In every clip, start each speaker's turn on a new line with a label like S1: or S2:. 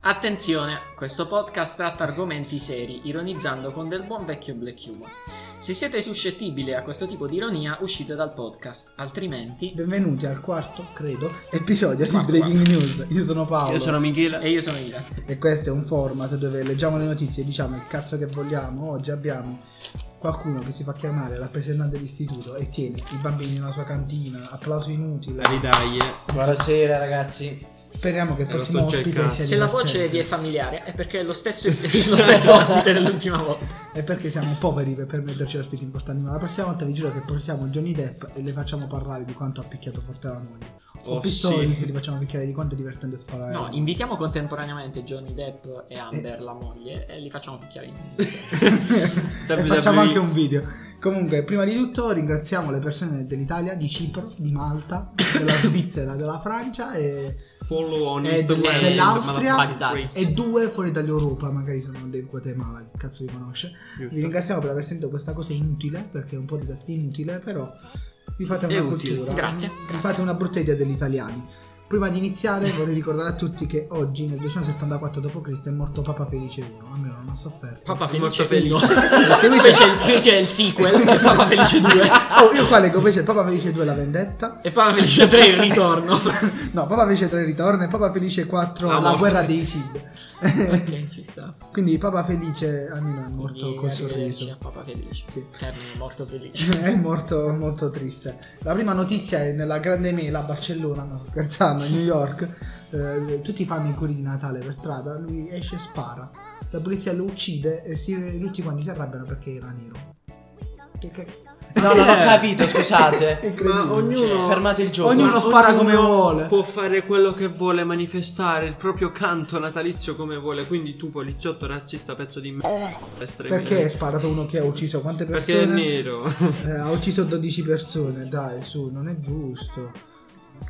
S1: Attenzione, questo podcast tratta argomenti seri, ironizzando con del buon vecchio black humor. Se siete suscettibili a questo tipo di ironia, uscite dal podcast, altrimenti...
S2: Benvenuti al quarto, credo, episodio di
S1: Quarto,
S2: Breaking News. Io sono Paolo
S3: Io sono Michele.
S1: E io sono Ida.
S2: e questo è un format dove leggiamo le notizie e diciamo il cazzo che vogliamo. Oggi abbiamo qualcuno che si fa chiamare rappresentante d'istituto e tiene i bambini nella sua cantina, applauso inutile.
S3: La ridaglie.
S4: Buonasera ragazzi.
S2: Speriamo che il
S3: È
S2: prossimo
S3: rotto già il
S2: ospite
S3: cazzo.
S2: sia
S1: Se la
S2: divertente.
S1: voce vi è familiare è perché è lo stesso, lo stesso ospite dell'ultima volta.
S2: È perché siamo poveri per permetterci ospiti importanti, ma la prossima volta vi giuro che portiamo Johnny Depp e le facciamo parlare di quanto ha picchiato forte la moglie. o
S3: Oh,
S2: Pistoli
S3: sì.
S2: se li facciamo picchiare di quanto è divertente sparare.
S1: No, invitiamo contemporaneamente Johnny Depp e
S2: Eh.
S1: Amber, la moglie, e li facciamo picchiare in...
S2: e
S3: WWE.
S2: facciamo anche un video. Comunque, prima di tutto ringraziamo le persone dell'Italia, di Cipro, di Malta, della Svizzera, della Francia e,
S3: Follow on
S2: Eh,
S3: Instagram.
S2: del- dell'Austria
S3: Motherfucking
S1: e-
S2: e due fuori dall'Europa, magari sono del Guatemala, che cazzo vi conosce.
S3: Giusto.
S2: Vi ringraziamo per aver sentito questa cosa inutile, perché è un podcast inutile, però vi fate
S3: È
S2: una
S3: utile.
S2: cultura.
S1: Grazie,
S2: Vi
S1: grazie.
S2: fate una brutta idea degli italiani. Prima di iniziare vorrei ricordare a tutti che oggi nel 274 d.C. è morto Papa Felice I, almeno non ha sofferto.
S1: Papa
S3: Molto
S1: Felice 1.
S3: felice.
S2: Perché lui
S1: Poi
S2: c'è-
S1: c'è, il- poi c'è il sequel, che è Papa Felice 2.
S2: Oh, io qua leggo invece Papa Felice II la vendetta.
S1: E Papa Felice 3 il ritorno.
S2: No, Papa Felice III ritorna e Papa Felice IV
S3: La
S2: la,
S3: morte.
S2: guerra dei Sid.
S1: ok, ci sta.
S2: Quindi Papa Felice almeno è morto
S1: Quindi
S2: col
S1: arrivederci
S2: sorriso.
S1: a Papa Felice.
S2: Sì.
S1: Termine morto felice.
S2: È morto molto triste. La prima notizia è nella grande mela a Barcellona, no scherzando, a New York. Eh, tutti fanno i curi di Natale per strada, lui esce e spara. La polizia lo uccide e si- tutti quanti si arrabbiano perché era nero. Che, che...
S4: No, non ho
S3: Eh.
S4: capito, scusate.
S2: Incredibile.
S3: Ma ognuno.
S4: Fermate il gioco.
S2: Ognuno spara come vuole.
S3: Può fare quello che vuole, manifestare il proprio canto natalizio come vuole. Quindi tu, poliziotto razzista, pezzo di merda. estremista.
S2: Eh, Perché è sparato uno che ha ucciso quante
S3: Perché
S2: persone?
S3: è nero.
S2: Eh, ha ucciso 12 persone, dai, su, non è giusto.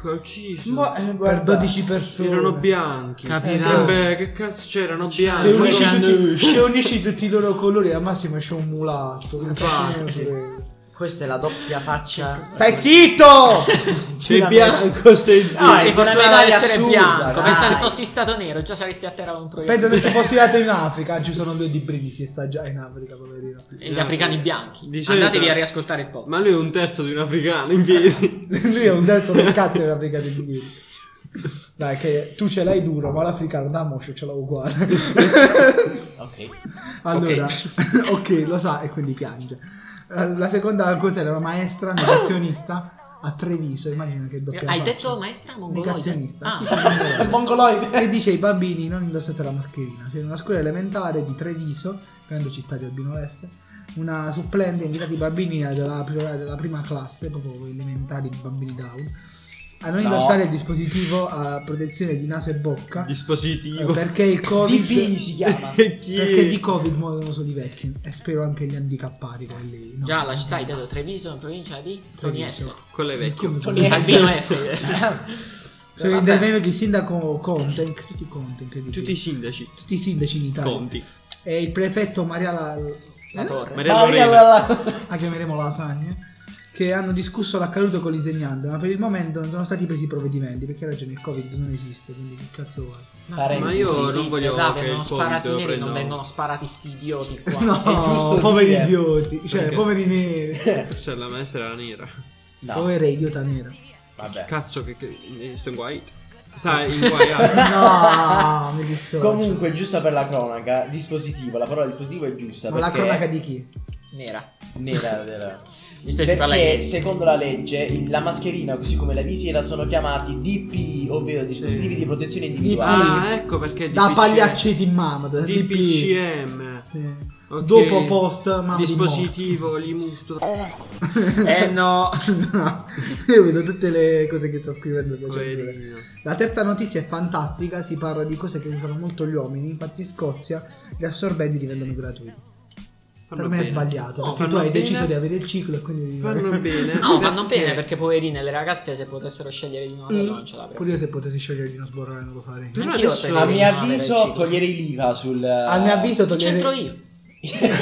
S3: Che ha ucciso.
S2: Boh,
S4: Ma, eh,
S2: Per
S4: guarda,
S2: 12 persone.
S3: Erano bianchi.
S1: Capirai.
S3: Eh beh, che cazzo c'erano bianchi.
S2: Se unisci,
S1: Ucciso.
S2: tutti, se unisci tutti i loro colori, al massimo esce un mulatto.
S3: Infatti.
S4: Questa è la doppia faccia.
S2: Stai zitto!
S3: Sei bianco, stai zitto.
S4: Dai,
S1: sei
S4: con
S1: fortunato
S4: una
S1: ad
S4: medaglia
S1: essere
S4: assurda,
S1: bianco.
S4: dai.
S1: Pensate fossi stato nero, già saresti a terra con un proiettile.
S2: Penso se tu fossi andato in Africa, ci sono due di brividi, sta già in Africa, poverino.
S1: E Gli africani bianchi.
S3: Di solito-
S1: Andatevi a riascoltare il podcast.
S3: Eh, Ma lui è un terzo di un africano in piedi.
S2: Lui è un terzo del cazzo dell'Africa di ieri. Dai, che tu ce l'hai duro, ma l'africano da moscio ce l'ho uguale.
S4: Ok.
S2: Allora, ok, lo sa e quindi piange. Eh, La seconda cosa era una maestra negazionista a Treviso, immagina che doppia
S1: Hai
S2: faccia.
S1: detto maestra mongoloide?
S2: Negazionista,
S1: Ah.
S2: sì, sì, mongoloide.
S4: mongoloide.
S2: E dice ai bambini non indossate la mascherina. C'è una scuola elementare di Treviso, grande città di Albino F, una supplente ha invitato i bambini della, della prima classe, proprio elementari, bambini down, a non
S4: No.
S2: indossare il dispositivo a protezione di naso e bocca. eh,
S3: Dispositivo.
S2: Perché il Covid
S4: DP si chiama.
S3: Chi
S2: perché
S3: è?
S2: di Covid muoiono solo i vecchi e spero anche gli handicappati quelli. no.
S1: Già, la città hai detto Treviso in provincia di
S2: Treviso.
S1: Treviso.
S3: Quello è vecchio.
S2: Come-
S4: Tony F.
S1: Albino F.
S2: Sono
S1: Vabbè.
S2: intervenuti il sindaco Conte, inc- tutti i Conte, incredibile.
S3: Tutti i sindaci.
S2: Tutti i sindaci in Italia.
S3: Conti.
S2: E il prefetto Maria La,
S1: La torre.
S3: Maria
S4: Ah,
S3: Lorena.
S4: la- la- la-
S2: la chiameremo Lasagna, che hanno discusso l'accaduto con l'insegnante, ma per il momento non sono stati presi provvedimenti, perché hai ragione, il Covid non esiste, quindi che cazzo vuoi?
S4: Parenti.
S3: Ma io non voglio
S1: Davide,
S3: che il
S1: vengono
S3: Covid
S1: sparati
S3: lo
S1: neri, non
S3: prendano.
S1: vengono sparati sti idioti qua.
S2: No,
S4: è giusto
S2: poveri
S4: dire.
S2: idioti, cioè
S3: Perché?
S2: poveri neri.
S3: Forse la maestra era nera.
S4: No,
S2: Povera idiota nera.
S4: vabbè.
S3: Cazzo che... che sono guai. Sai, in guai. ah.
S2: No, mi dispiace.
S4: Comunque, giusto per la cronaca, dispositivo, la parola dispositivo è giusta.
S2: ma la
S4: perché-
S2: cronaca di chi?
S1: Nera.
S4: Nera, nera.
S1: Gli stessi
S4: Perché
S1: parlai.
S4: secondo la legge il- la mascherina così come la visiera sono chiamati DP, ovvero dispositivi di protezione individuale.
S3: ah, ecco perché...
S2: Da
S3: DPCM.
S2: pagliaccetti in mamma, da DP.
S3: DPCM.
S2: Sì.
S3: Ok.
S2: Dopo post, mamma di
S3: Dispositivo, limuto.
S1: Eh no.
S2: No, io vedo tutte le cose che sta scrivendo la censura.
S3: Poverino.
S2: La terza notizia è fantastica, si parla di cose che usano molto gli uomini, infatti in Scozia gli assorbenti diventano gratuiti.
S3: Fanno
S2: per me è
S3: bene.
S2: sbagliato, perché
S3: No,
S2: tu
S3: fanno
S2: hai
S3: bene.
S2: deciso di avere il ciclo e quindi...
S3: Fanno bene.
S1: No, vanno bene perché poverine le ragazze se potessero scegliere di nuovo non ce l'avrebbero.
S2: Pure io se potessi scegliere di non sborrare non lo farei.
S3: Però
S1: Anch'io
S3: adesso-
S1: preferirei non
S4: A mio
S1: avere il
S4: avviso
S1: ciclo.
S4: toglierei l'IVA sul...
S2: A mio avviso
S1: Che c'entro
S2: togliere...
S1: io?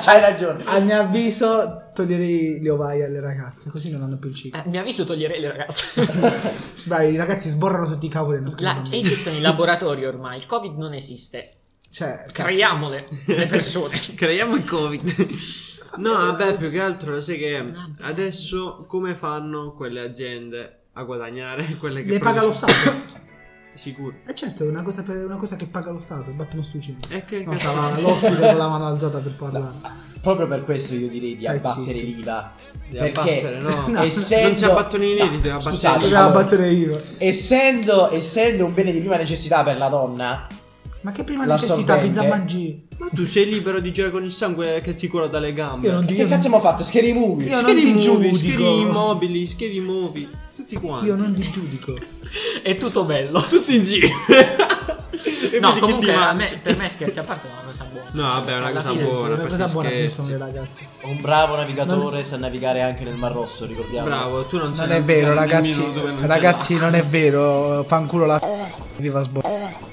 S4: C'hai ragione.
S2: A mio avviso toglierei le ovaie alle ragazze, così non hanno più il ciclo.
S1: Eh, mi avviso toglierei le ragazze.
S2: Bravi, i ragazzi sborrano tutti i cavoli e non
S1: La- eh,
S2: scrivono.
S1: esistono i laboratori ormai, il Covid non esiste.
S2: Cioè, cazzo.
S1: Creiamole le persone.
S3: Creiamo il Covid. No, vabbè, più che altro, sai che adesso come fanno quelle aziende a guadagnare quelle che
S2: le paga lo
S3: producono?
S2: Stato.
S3: Sicuro.
S2: E certo, è una cosa, per- una cosa che paga lo Stato. Battono stucino.
S3: E che
S2: No,
S3: cazzo-
S2: stava l'ospite con la mano alzata per parlare.
S4: Proprio per questo io direi di
S2: Stai
S4: abbattere
S2: zitti.
S4: l'IVA.
S3: Di
S4: perché-
S3: abbattere, no.
S2: No.
S4: Essendo...
S3: Non ci abbattono i neri, deve abbattere-
S4: scusate,
S2: Doveva
S4: allora,
S2: battere io.
S4: essendo, essendo un bene di prima necessità per la donna,
S2: Ma che prima
S4: La
S2: necessità,
S4: sorvente.
S2: pizza mangi.
S3: Ma tu sei libero di girare con il sangue che ti cola dalle gambe.
S2: Io non,
S4: che
S2: io
S4: cazzo
S2: non,
S4: abbiamo fatto? Scary movie?
S2: Io non
S3: Schieri
S2: ti
S3: movi,
S2: giudico.
S3: schieri immobili, schieri movi, tutti quanti.
S2: io non ti giudico.
S1: È tutto bello.
S3: Tutti in giro. E vedi
S1: No,
S3: chi
S1: comunque
S3: ti
S1: a
S3: mangia.
S1: me- per me scherzi a parte è una cosa buona.
S3: No, vabbè, è una
S1: alla
S3: cosa
S1: fine-
S3: buona,
S2: Sì, una cosa
S3: perché
S2: buona che
S3: scherzi.
S2: sono le ragazze.
S4: Un bravo navigatore sa navigare anche nel Mar Rosso, ricordiamo.
S3: Bravo, tu non, sai
S2: Non è vero,
S3: nemmeno
S2: ragazzi.
S3: dove non c'è
S2: Ragazzi, non è vero. Fanculo la. Viva sborrare.
S3: l'acqua.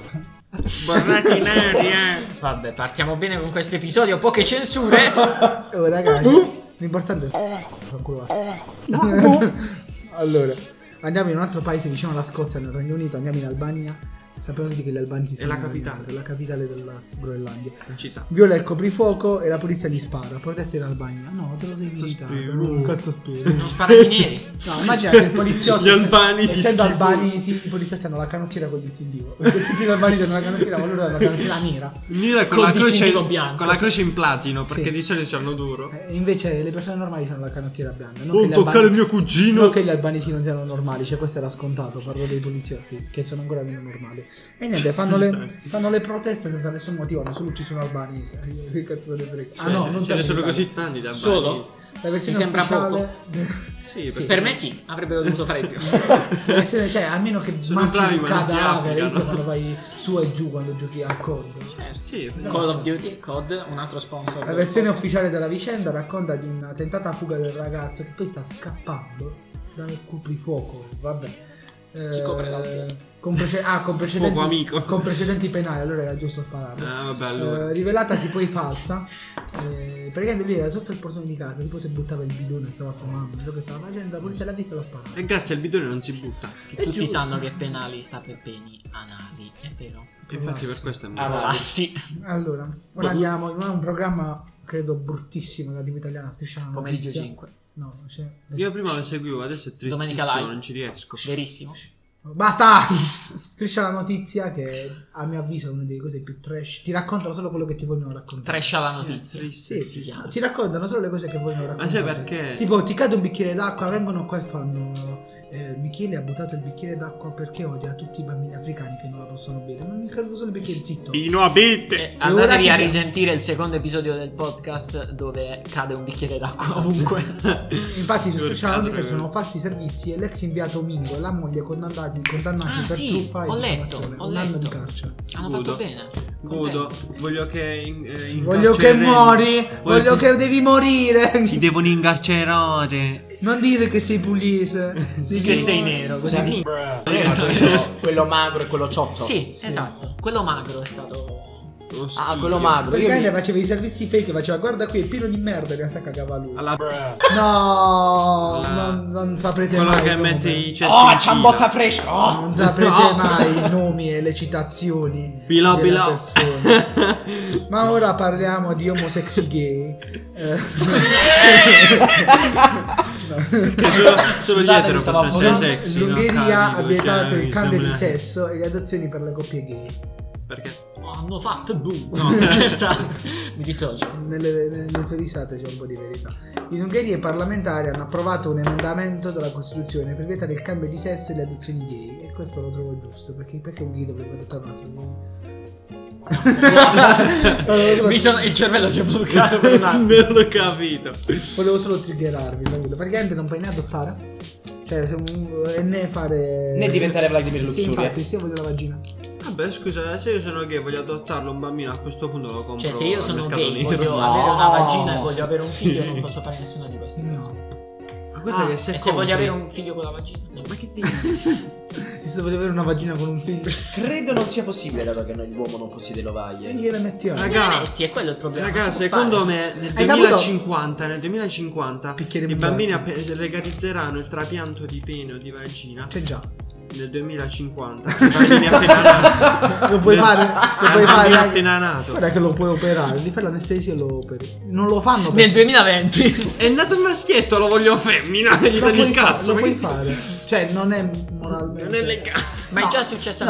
S3: Borrati neri, eh.
S1: Vabbè, partiamo bene con questo episodio, poche censure.
S2: Oh, ragazzi, l'importante è fanculo la. allora, andiamo in un altro paese vicino alla Scozia, nel Regno Unito, andiamo in Albania. Sappiamo tutti che gli albani si
S3: È la
S2: stanno
S3: capitale.
S2: arrabbiando, è la capitale della Groenlandia.
S3: Città.
S2: Viola il coprifuoco e la polizia gli spara. Protesta in Albania. No, te lo sei
S3: Cazzo
S2: invitato.
S3: spero.
S2: no, Cazzo spero.
S1: Non sparare i neri.
S2: No, immagina che il poliziotto.
S3: Gli albani si
S2: essendo
S3: schifano.
S2: albani, sì, i poliziotti hanno la canottiera col distintivo. Perché tutti gli albani hanno la canottiera, ma loro hanno la canottiera nera.
S3: Mira con,
S1: Col
S3: la croce,
S1: distintivo bianco.
S3: con la croce in platino, perché
S2: Sì.
S3: di solito c'hanno duro.
S2: Eh, invece le persone normali hanno la canottiera bianca. Non che
S3: Non
S2: gli
S3: Oh, toccare
S2: albani-
S3: mio cugino.
S2: Non che gli albanesi non siano normali, cioè questo era scontato, parlo dei poliziotti che sono ancora meno normali. E niente, fanno le, fanno le proteste senza nessun motivo, hanno solo ucciso un albanese. Che cazzo Ah, ne frega?
S3: Cioè, ce- ce ne sono così tanti da
S1: Solo?
S2: La versione
S1: Mi sembra
S2: ufficiale-
S3: Sì,
S2: Sì. Esatto.
S1: Per me sì, avrebbero dovuto fare di più.
S2: La versione- cioè, a meno che
S3: Sono
S2: marci
S3: bravi,
S2: sul
S3: ma non si
S2: cadavere,
S3: applicano.
S2: visto quando vai su e giù quando giochi a COD.
S3: perché- eh, sì.
S1: Call of Duty e COD, un altro sponsor.
S2: La versione ufficiale della vicenda racconta di una tentata fuga del ragazzo che poi sta scappando dal coprifuoco, vabbè. Eh,
S1: Ci copre l'albero.
S2: con prece- ah, con precedenti,
S3: Fuoco amico.
S2: con precedenti penali, allora era giusto spararlo.
S3: Ah, vabbè, allora.
S2: Eh, rivelatasi poi falsa, eh, praticamente lui era sotto il portone di casa, tipo se buttava il bidone, stava fumando, non so che stava facendo, la polizia l'ha visto e l'ha sparato.
S3: E grazie al bidone non si butta.
S1: che
S2: è
S1: tutti
S2: giusto.
S1: sanno che penali sta per peni anali, è vero?
S3: E infatti per questo è
S4: Ah,
S3: morto.
S4: no.
S1: Ah sì,
S2: Allora, ora abbiamo un un programma credo bruttissimo della TV italiana, striscia la
S1: pomeriggio
S2: notizia.
S1: 5.
S2: No, cioè...
S3: Io prima lo seguivo, adesso è
S1: Domenica
S3: tristissimo,
S1: live.
S3: non ci riesco.
S1: Verissimo.
S2: Basta! Striscia la notizia che a mio avviso è una delle cose più trash. Ti raccontano solo quello che ti vogliono raccontare.
S1: Trescia la
S3: È
S1: notizia.
S2: Sì,
S3: triste.
S1: si
S2: sì,
S1: chiama.
S2: ti raccontano solo le cose che vogliono
S3: Ma
S2: raccontare.
S3: sai perché?
S2: Tipo, ti cade un bicchiere d'acqua, vengono qua e fanno. eh, Michele ha buttato il bicchiere d'acqua perché odia tutti i bambini africani che non la possono bere. Non mi caduto solo il bicchiere zitto.
S3: Pino Abete!
S1: Eh,
S2: Ora
S1: andatevi
S2: ti
S1: a
S2: dia-
S1: risentire il secondo episodio del podcast dove cade un bicchiere d'acqua ovunque.
S2: Infatti, su
S3: Giorgio,
S2: striscia la notizia ci
S3: Giorgio.
S2: sono falsi servizi e l'ex inviato Mingo e la moglie condannati, condannati
S1: Ah,
S2: per
S1: sì,
S2: truffa e
S1: ho letto,
S2: diffamazione.
S1: ho
S2: un anno di
S1: letto.
S2: carcere.
S1: Hanno
S3: Godo.
S1: fatto bene.
S3: Godo,
S1: Contento.
S3: voglio che in, eh, in
S2: Voglio che
S3: carcerelli-
S2: muori, voglio
S3: che-
S2: che devi morire.
S3: Ti devono incarcerare.
S2: Non dire che sei pugliese. Dici
S1: Che
S2: no.
S1: sei nero, così dici.
S4: quello, quello magro e quello ciotto.
S1: Sì, esatto. Quello magro è stato.
S3: Lo
S4: Ah,
S3: studio.
S4: quello magro. Io
S2: Praticamente
S4: mi-
S2: faceva i servizi fake, faceva guarda qui è pieno di merda, in realtà cagava lui.
S3: Alla
S2: No,
S3: Alla-
S2: non, non saprete
S3: quello
S2: mai.
S3: che
S2: come.
S3: mette i cessi
S4: Oh,
S3: in fila.
S4: ciambotta fresca! Oh!
S2: Non saprete
S3: No.
S2: mai i nomi e le citazioni.
S3: Bilò,
S2: delle
S3: bilò.
S2: persone. Ma ora parliamo di omosexy gay. Eh,
S3: Che solo, solo gli
S4: Scusate,
S3: etero
S4: mi stavo
S3: possono essere
S4: affogando.
S3: sexy. no?
S2: L'Ungheria ha
S3: Candido,
S2: vietato
S3: cioè,
S2: il cambio di
S3: sembra-
S2: sesso e le adozioni per le coppie gay.
S3: Perché?
S1: Oh, hanno fatto bu. No,
S2: certo.
S1: scherza. Mi dissocio.
S2: Nelle, nelle tue risate c'è un po' di verità. In Ungheria i parlamentari hanno approvato un emendamento della Costituzione per vietare il cambio di sesso e le adozioni gay. E questo lo trovo giusto, perché, perché un gay dovrebbe adottare una femmina?
S1: Mi sono- il cervello si è bloccato per un attimo.
S3: Non l'ho capito.
S2: Volevo solo triggerarvi, tranquillo. Praticamente non puoi né adottare, cioè, se un- e né fare...
S4: Né diventare Vladimir
S2: Sì,
S4: Luxuria.
S2: infatti, sì, io voglio la vagina.
S3: Vabbè, scusa, se io sono gay e voglio adottarlo un bambino, a questo punto lo compro.
S1: Cioè, se io
S3: al
S1: sono
S3: mercato
S1: gay,
S3: nero.
S1: voglio
S4: No.
S1: avere una vagina e voglio avere un figlio, non posso fare nessuna di queste cose.
S2: No.
S3: Ma guarda
S2: Ah,
S3: che se
S1: E se voglio
S3: compri-
S1: avere un figlio con la vagina? No.
S3: Ma che dici?
S2: E se voglio avere una vagina con un figlio,
S4: Credo non sia possibile, dato che noi l'uomo non possiede
S2: e
S4: l'ovaie.
S2: gliele metti io.
S4: Ah,
S3: Raga,
S1: Raga, è quello il problema.
S3: Raga,
S1: non si può fare.
S3: secondo me nel
S2: Hai capito?
S3: 2050, nel 2050
S2: Picchiere
S3: i bambini
S2: bugiardi.
S3: app- eh, legalizzeranno il trapianto di pene o di vagina.
S2: C'è già.
S3: Nel 2050, i bambini appena nati.
S2: Lo puoi
S3: Eh,
S2: fare,
S3: eh,
S2: lo puoi
S3: bambino
S2: fare. raga.
S3: appena nato.
S2: Guarda che lo puoi operare, gli fai l'anestesia e lo operi. Non lo fanno
S1: Nel
S2: perché
S1: 2020.
S3: È nato un maschietto, lo voglio femmina.
S2: lo
S3: Gli togli
S2: puoi,
S3: il
S2: fa-
S3: cazzo.
S2: lo
S3: ma
S2: puoi
S3: che-
S2: fare. Cioè, non è moralmente.
S3: Non è legale.
S1: Ma
S2: No.
S1: è già successo a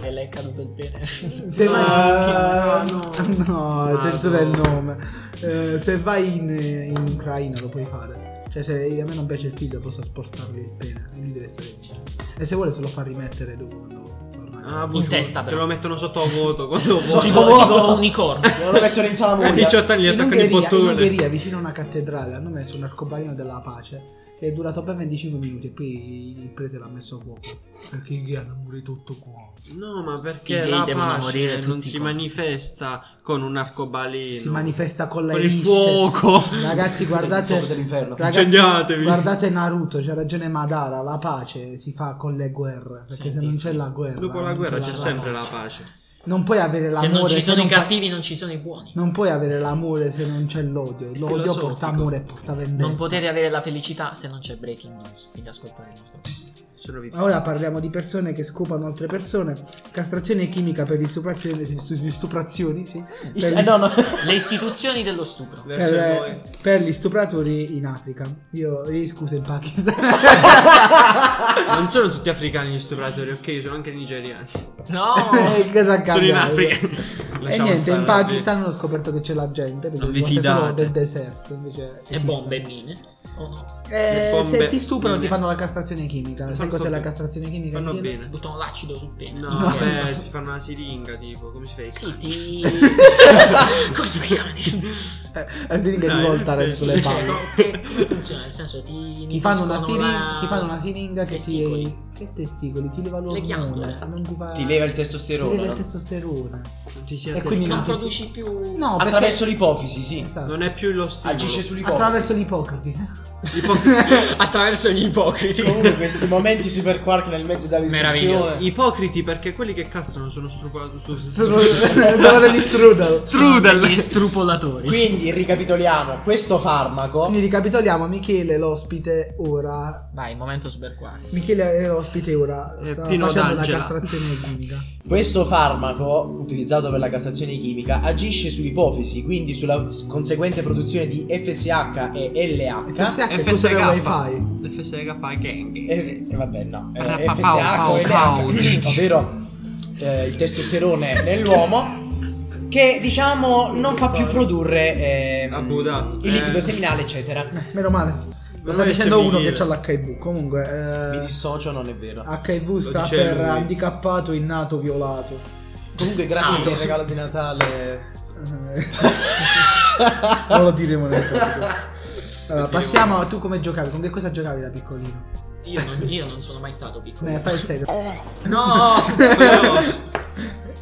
S1: E lei è caduto il pene.
S2: Se
S3: No,
S2: vai...
S3: chi- Ah, no, Ah,
S2: no,
S3: no.
S2: censura il nome. Eh, se vai in, in Ucraina lo puoi fare. Cioè, se a me non piace il figlio, posso sportargli il pene. E lui deve stare zitto. E se vuole, se lo fa rimettere lui quando torna.
S3: Ah, bugiù,
S1: testa,
S3: Te
S1: però.
S3: lo mettono sotto vuoto. Quando
S1: tipo,
S3: vuoto.
S1: tipo un unicorno.
S4: Volevo mettere in sala
S3: A
S4: muria.
S3: 18 anni gli
S2: in,
S3: attaccano i
S2: Ungheria, in
S3: bottoni.
S2: Ungheria, vicino a una cattedrale, hanno messo un arcobaleno della pace che è durato ben 25 minuti. E poi il prete l'ha messo a fuoco. Perché i gay hanno morito tutto qua.
S3: No, ma
S1: I
S3: perché
S1: gay
S3: la
S1: devono morire
S3: pace
S1: tutti
S3: non si
S1: quanti.
S3: manifesta con un arcobaleno?
S2: Si manifesta con la
S3: con il
S2: risse.
S3: fuoco.
S2: Ragazzi,
S4: Il fuoco
S2: guardate.
S4: dell'inferno.
S2: Ragazzi,
S3: Incendiatevi.
S2: guardate Naruto, c'è ragione Madara, la pace si fa con le guerre, perché se
S1: Senti.
S2: non c'è la guerra...
S3: Dopo la
S2: non
S3: guerra c'è sempre la
S2: pace.
S3: pace.
S2: Non puoi avere
S1: Se
S2: l'amore
S1: non ci sono i
S2: non fa-
S1: cattivi, non ci sono i buoni.
S2: non puoi avere l'amore se non c'è l'odio. L'odio
S3: Filosofico.
S2: porta amore e porta vendetta.
S1: Non potete avere la felicità se non c'è breaking news. Quindi ascoltate il nostro podcast.
S3: Sono vivo.
S2: Ora parliamo di persone che scopano altre persone, castrazione chimica per istuprazioni, stuprazioni, sì. Per gli-
S4: Eh no, no.
S1: Le istituzioni dello stupro.
S3: Verso
S2: per,
S3: noi.
S2: per gli stupratori in Africa. Io, eh, scusa, in Pakistan.
S3: Non sono tutti africani gli stupratori, ok? Sono anche nigeriani.
S1: No!
S2: Cosa
S3: Sono in
S2: cambia? eh.
S3: Africa.
S2: E
S3: Lasciamo
S2: niente,
S3: stare,
S2: in
S3: vabbè.
S2: Pakistan hanno scoperto che c'è la gente, perché
S3: Non vi
S2: fosse solo
S3: fidate.
S2: del deserto, invece
S1: E
S2: esiste.
S1: bombe e mine. O no?
S2: Eh,
S3: Le bombe
S2: se ti stuprano ti
S3: mine.
S2: fanno la castrazione chimica. Sai
S3: Fanno
S2: cos'è la
S3: bene.
S2: castrazione chimica?
S3: Fanno
S2: Piero?
S3: bene.
S1: Buttano l'acido sul pene.
S3: No,
S1: Non scherzo.
S3: beh, ti fanno una siringa, tipo, come si fa? i
S1: Sì,
S3: cani?
S1: ti... Come si chiamano?
S2: Eh, La siringa di
S3: Dai,
S2: voltare
S3: sì.
S2: sulle
S1: Cioè,
S2: palle.
S1: no, che- come funziona? Nel senso, ti,
S2: Ti fanno, una
S1: finiscono
S2: siringa,
S1: la-
S2: ti fanno una siringa che
S1: testicoli.
S2: ti. Che testicoli? Ti leva
S1: ghiandole,
S2: l'ormone.
S1: infatti.
S2: Non ti fa.
S4: Ti leva il
S2: ti leva
S4: testosterone.
S2: il
S4: no?
S2: testosterone.
S3: Non ti si
S2: E
S3: attesta.
S2: quindi
S1: Non
S2: non ti-
S1: produci più...
S2: No,
S4: Attraverso
S2: perché.
S4: l'ipofisi, sì.
S2: Esatto.
S3: Non è più lo stimolo.
S4: Agisce sull'ipofisi.
S2: Attraverso l'ipocrati.
S3: Ipo-
S1: Attraverso gli ipocriti.
S2: Oh,
S4: Comunque questi momenti super quark nel mezzo della
S1: Meraviglioso.
S4: discussione.
S3: Ipocriti perché quelli che castrano sono strupati su
S2: Dove degli strudel.
S3: Strudel.
S1: Gli strupolatori.
S4: Quindi ricapitoliamo, questo farmaco
S2: Quindi ricapitoliamo, Michele l'ospite ora
S1: Vai, momento super quark.
S2: Michele è ospite ora,
S3: Eh,
S2: sta
S3: Pino
S2: facendo la
S3: d'Angela.
S2: castrazione chimica.
S1: Eh?
S4: Questo farmaco, utilizzato per la castrazione chimica, agisce sull'ipofisi, quindi sulla conseguente produzione di FSH e
S2: E
S4: LH.
S2: che sia che cos'è il wifi?
S3: FSH gang.
S4: E, e vabbè, no. Eh,
S3: Rappa, pau,
S4: FSH
S3: pau,
S4: e LH, ovvero eh, il testosterone nell'uomo. Che diciamo non fa più produrre ehm,
S3: Ah, Buddha.
S4: il liquido
S3: Eh.
S4: seminale, eccetera.
S2: Meno male. Lo
S3: Ma
S2: sta
S3: non
S2: dicendo
S3: riesce a
S2: uno che
S3: finire.
S2: ha l'HIV.
S4: Mi
S2: Comunque, eh,
S4: dissocio, non è vero.
S2: HIV sta
S3: dice
S2: per
S3: lui.
S2: handicappato, innato, violato.
S4: Comunque, grazie
S1: Ah.
S4: per il regalo di Natale.
S2: Eh, non lo diremo nel podcast. Allora, passiamo a tu come giocavi, con che cosa giocavi da piccolino?
S1: Io non, io non sono mai stato piccolo.
S2: Beh, fai il serio.
S1: No!
S3: Però-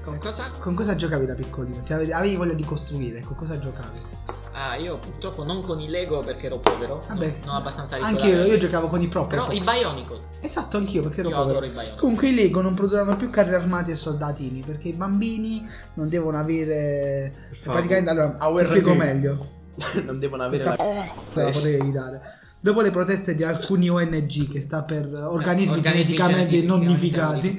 S1: Con cosa?
S2: Con cosa giocavi da piccolino? Ti avevi, avevi voglia di costruire, con cosa giocavi?
S1: Ah, io purtroppo non con i Lego perché ero povero.
S2: Vabbè,
S1: Non abbastanza ricco.
S2: anche io, io giocavo con i prop.
S1: Però i Bionicle.
S2: Esatto, anch'io perché ero
S1: Io
S2: povero.
S1: adoro i Bionicle.
S2: Comunque i Lego non produrranno più carri armati e soldatini perché i bambini non devono avere
S3: Favo.
S2: praticamente allora
S4: Ah,
S2: ti
S4: guerra
S2: spiego
S4: di-
S2: meglio
S4: non devono avere
S3: Eh.
S2: questa
S4: la
S2: te la potevi evitare. Dopo le proteste di alcuni ONG che sta per organismi, geneticamente nonnificati,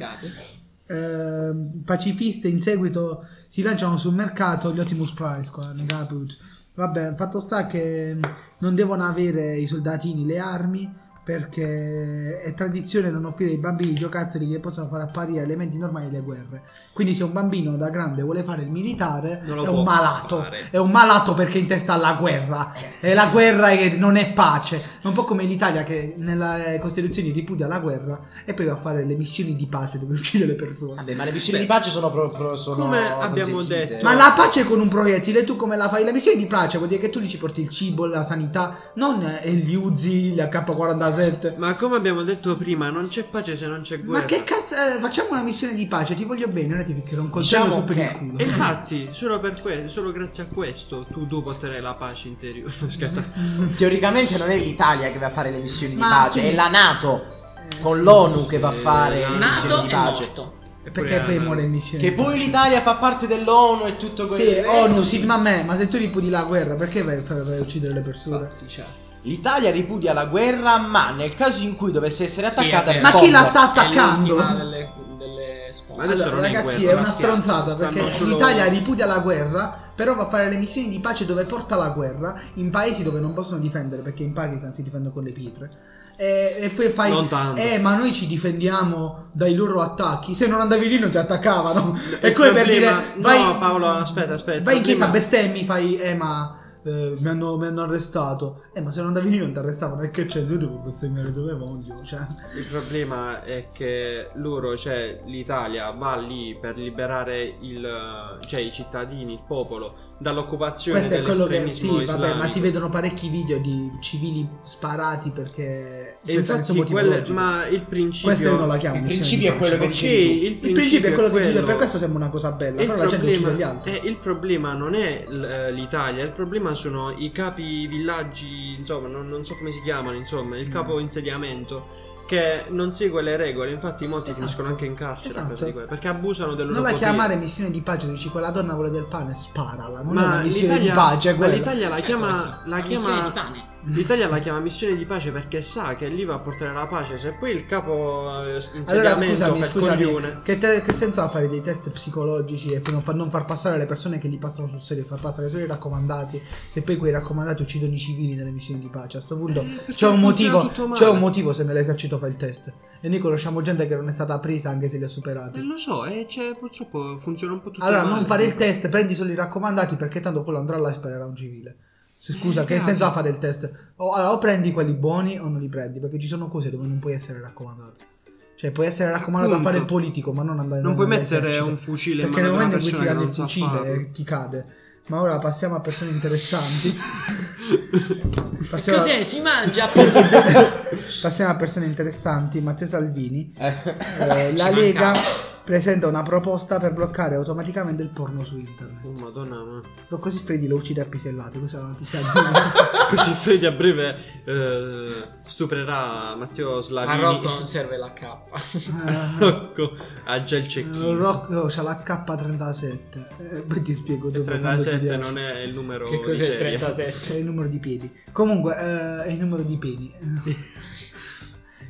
S2: ehm, pacifiste in seguito si lanciano sul mercato gli Optimus Prize qua, ne caput. Vabbè, fatto sta che non devono avere i soldatini le armi perché è tradizione non offrire ai bambini giocattoli che possono far apparire elementi normali delle guerre. Quindi se un bambino da grande vuole fare il militare
S3: Non lo
S2: è
S3: può
S2: un malato,
S3: fare.
S2: è un malato perché in testa alla guerra. È la guerra che non è pace. È un po' come l'Italia che nelle Costituzioni ripudia la guerra e poi va a fare le missioni di pace dove uccide le persone.
S4: Vabbè, ma le missioni
S3: Beh,
S4: di pace sono proprio. Sono
S3: come abbiamo
S4: consentite.
S3: detto-
S2: Ma la pace con un proiettile, tu come la fai? La missione di pace vuol dire che tu lì ci porti il cibo, la sanità, non eh, gli Uzi, la K47 Casette.
S3: Ma come abbiamo detto prima, non c'è pace se non c'è guerra.
S2: Ma che cazzo? eh, facciamo una missione di pace, ti voglio bene, ora ti picchierò un coltello
S4: Diciamo
S2: su per
S4: che-
S2: il culo. Eh,
S3: E infatti, solo, per que- solo grazie a questo tu dopo otterrai la pace interiore. No, Scherzo.
S4: Mm, Teoricamente non è l'Italia che va a fare le missioni di
S2: Ma
S4: pace,
S2: quindi-
S4: è la Nato
S2: Eh,
S4: con
S2: sì.
S4: l'ONU che va a fare
S3: Eh,
S4: le
S1: Nato
S4: missioni
S1: e
S4: di pace.
S1: morto.
S3: E
S2: Perché poi muore
S3: eh,
S2: in missione.
S4: Che
S2: di
S4: poi
S2: pace.
S4: l'Italia fa parte dell'ONU e tutto quello
S2: Sì,
S4: che
S2: ONU, sigma me, ma se tu ripudi la guerra, perché vai, fai- vai a uccidere le persone?
S3: Infatti, cioè.
S4: L'Italia ripudia la guerra, ma nel caso in cui dovesse essere
S1: Sì, è
S4: attaccata
S1: vero.
S2: Ma chi la
S4: risponde.
S2: sta
S1: È
S2: attaccando?
S1: l'ultima delle, delle sponde.
S3: Ma adesso
S2: Allora,
S3: non è
S2: ragazzi,
S3: guerra,
S2: è
S3: ma
S2: una
S3: stiamo-
S2: stronzata
S3: stanno
S2: perché
S3: solo-
S2: l'Italia ripudia la guerra, però va a fare le missioni di pace dove porta la guerra in paesi dove non possono difendere perché in Pakistan si difendono con le pietre. E, e poi fai
S3: Non tanto.
S2: Eh, ma noi ci difendiamo dai loro attacchi. Se non andavi lì non ti attaccavano. E
S3: Il
S2: come per
S3: problema-
S2: dire vai
S3: No, Paolo, aspetta, aspetta.
S2: Vai in chiesa
S3: Prima-
S2: bestemmi, fai eh ma eh, mi, hanno, mi hanno arrestato. Eh, ma se non andavi lì non ti arrestavano. E che c'è? Tu devi bestemmiare dove voglio, cioè.
S3: Il problema è che loro, cioè l'Italia, va lì per liberare il, cioè, i cittadini, il popolo dall'occupazione
S2: Questo è quello che sì,
S3: dell'estremismo
S2: vabbè,
S3: islamico.
S2: ma si vedono parecchi video di civili sparati perché
S3: E
S2: senza nessun
S3: infatti,
S2: motivo
S3: quel-
S2: logico.
S3: ma il principio...
S2: Questo io non la chiamo
S4: Il
S2: missione
S4: principio
S2: di
S4: è quello
S2: pace.
S4: che
S3: Ok,
S4: dici tu.
S3: il
S2: il principio è quello che dice,
S3: quello.
S2: per questo sembra una cosa bella, però la gente uccide gli altri.
S3: eh, il problema non è l- eh, l'Italia, il problema sono i capi villaggi, insomma, non, non so come si chiamano, insomma,
S2: Mm.
S3: il capo insediamento che non segue le regole, infatti molti
S2: Esatto.
S3: finiscono anche in carcere per
S2: Esatto.
S3: di que- perché abusano del loro
S2: Non la
S3: potere.
S2: chiamare missione di pace, dici quella donna vuole del pane, sparala, non è
S3: Ma
S2: una missione
S3: l'Italia-
S2: di pace, è
S3: ma
S2: quella.
S3: l'Italia la
S1: Certo
S3: chiama,
S1: che sì.
S3: la
S1: Una missione di
S3: chiama
S1: pane.
S3: L'Italia la chiama missione di pace perché sa che lì va a portare la pace. Se poi il capo eh, insediamento
S2: Allora
S3: fa
S2: scusami,
S3: il coglione-
S2: scusami, che, te- che senso ha fare dei test psicologici e poi non, fa- non far passare le persone che li passano sul serio, far passare solo i raccomandati, se poi quei raccomandati uccidono i civili nelle missioni di pace, a sto punto c'è un,
S3: Eh, funziona
S2: motivo,
S3: tutto male.
S2: c'è un motivo se nell'esercito fa il test e noi conosciamo gente che non è stata presa anche se li ha
S3: Eh,
S2: superati.
S3: lo so, e c'è- purtroppo funziona un po' tutto
S2: Allora
S3: male.
S2: non fare il test, prendi solo i raccomandati perché tanto quello andrà là e sparerà un civile. Se scusa,
S3: Eh,
S2: che
S3: cazzo.
S2: senso ha fare il test? O, allora, o prendi quelli buoni o non li prendi, perché ci sono cose dove non puoi essere raccomandato. Cioè, puoi essere raccomandato
S3: Appunto.
S2: a fare il politico, ma non andare
S3: Non puoi
S2: andare
S3: mettere
S2: all'esercito.
S3: un fucile in
S2: Perché nel
S3: mano a una
S2: momento in cui ti
S3: persona che
S2: danno il
S3: non sa
S2: fucile
S3: farlo.
S2: eh, ti cade. Ma ora passiamo a persone interessanti. passiamo,
S1: Cos'è? Si mangia? Ci
S2: passiamo a persone interessanti. Matteo Salvini.
S4: Eh.
S3: Ah,
S2: eh, la
S1: manca.
S2: Lega presenta una proposta per bloccare automaticamente il porno su internet.
S3: Oh madonna, ma...
S2: Rocco Siffredi lo uccide a pisellate. Questa è la notizia.
S3: Così Freddy a breve eh, stuprerà Matteo
S1: A
S3: Slavini.
S1: Rocco non serve la K.
S2: Eh,
S3: Rocco ha Ah, già il cecchino.
S2: Rocco Eh, oh, c'ha la K37. eh, poi ti spiego
S3: Il
S2: dopo. quando ti
S3: 37
S2: piace.
S3: non è il numero
S1: Che
S3: di
S1: cos'è il
S3: serie.
S1: 37?
S2: È il numero di piedi. Comunque, eh, è il numero di peni.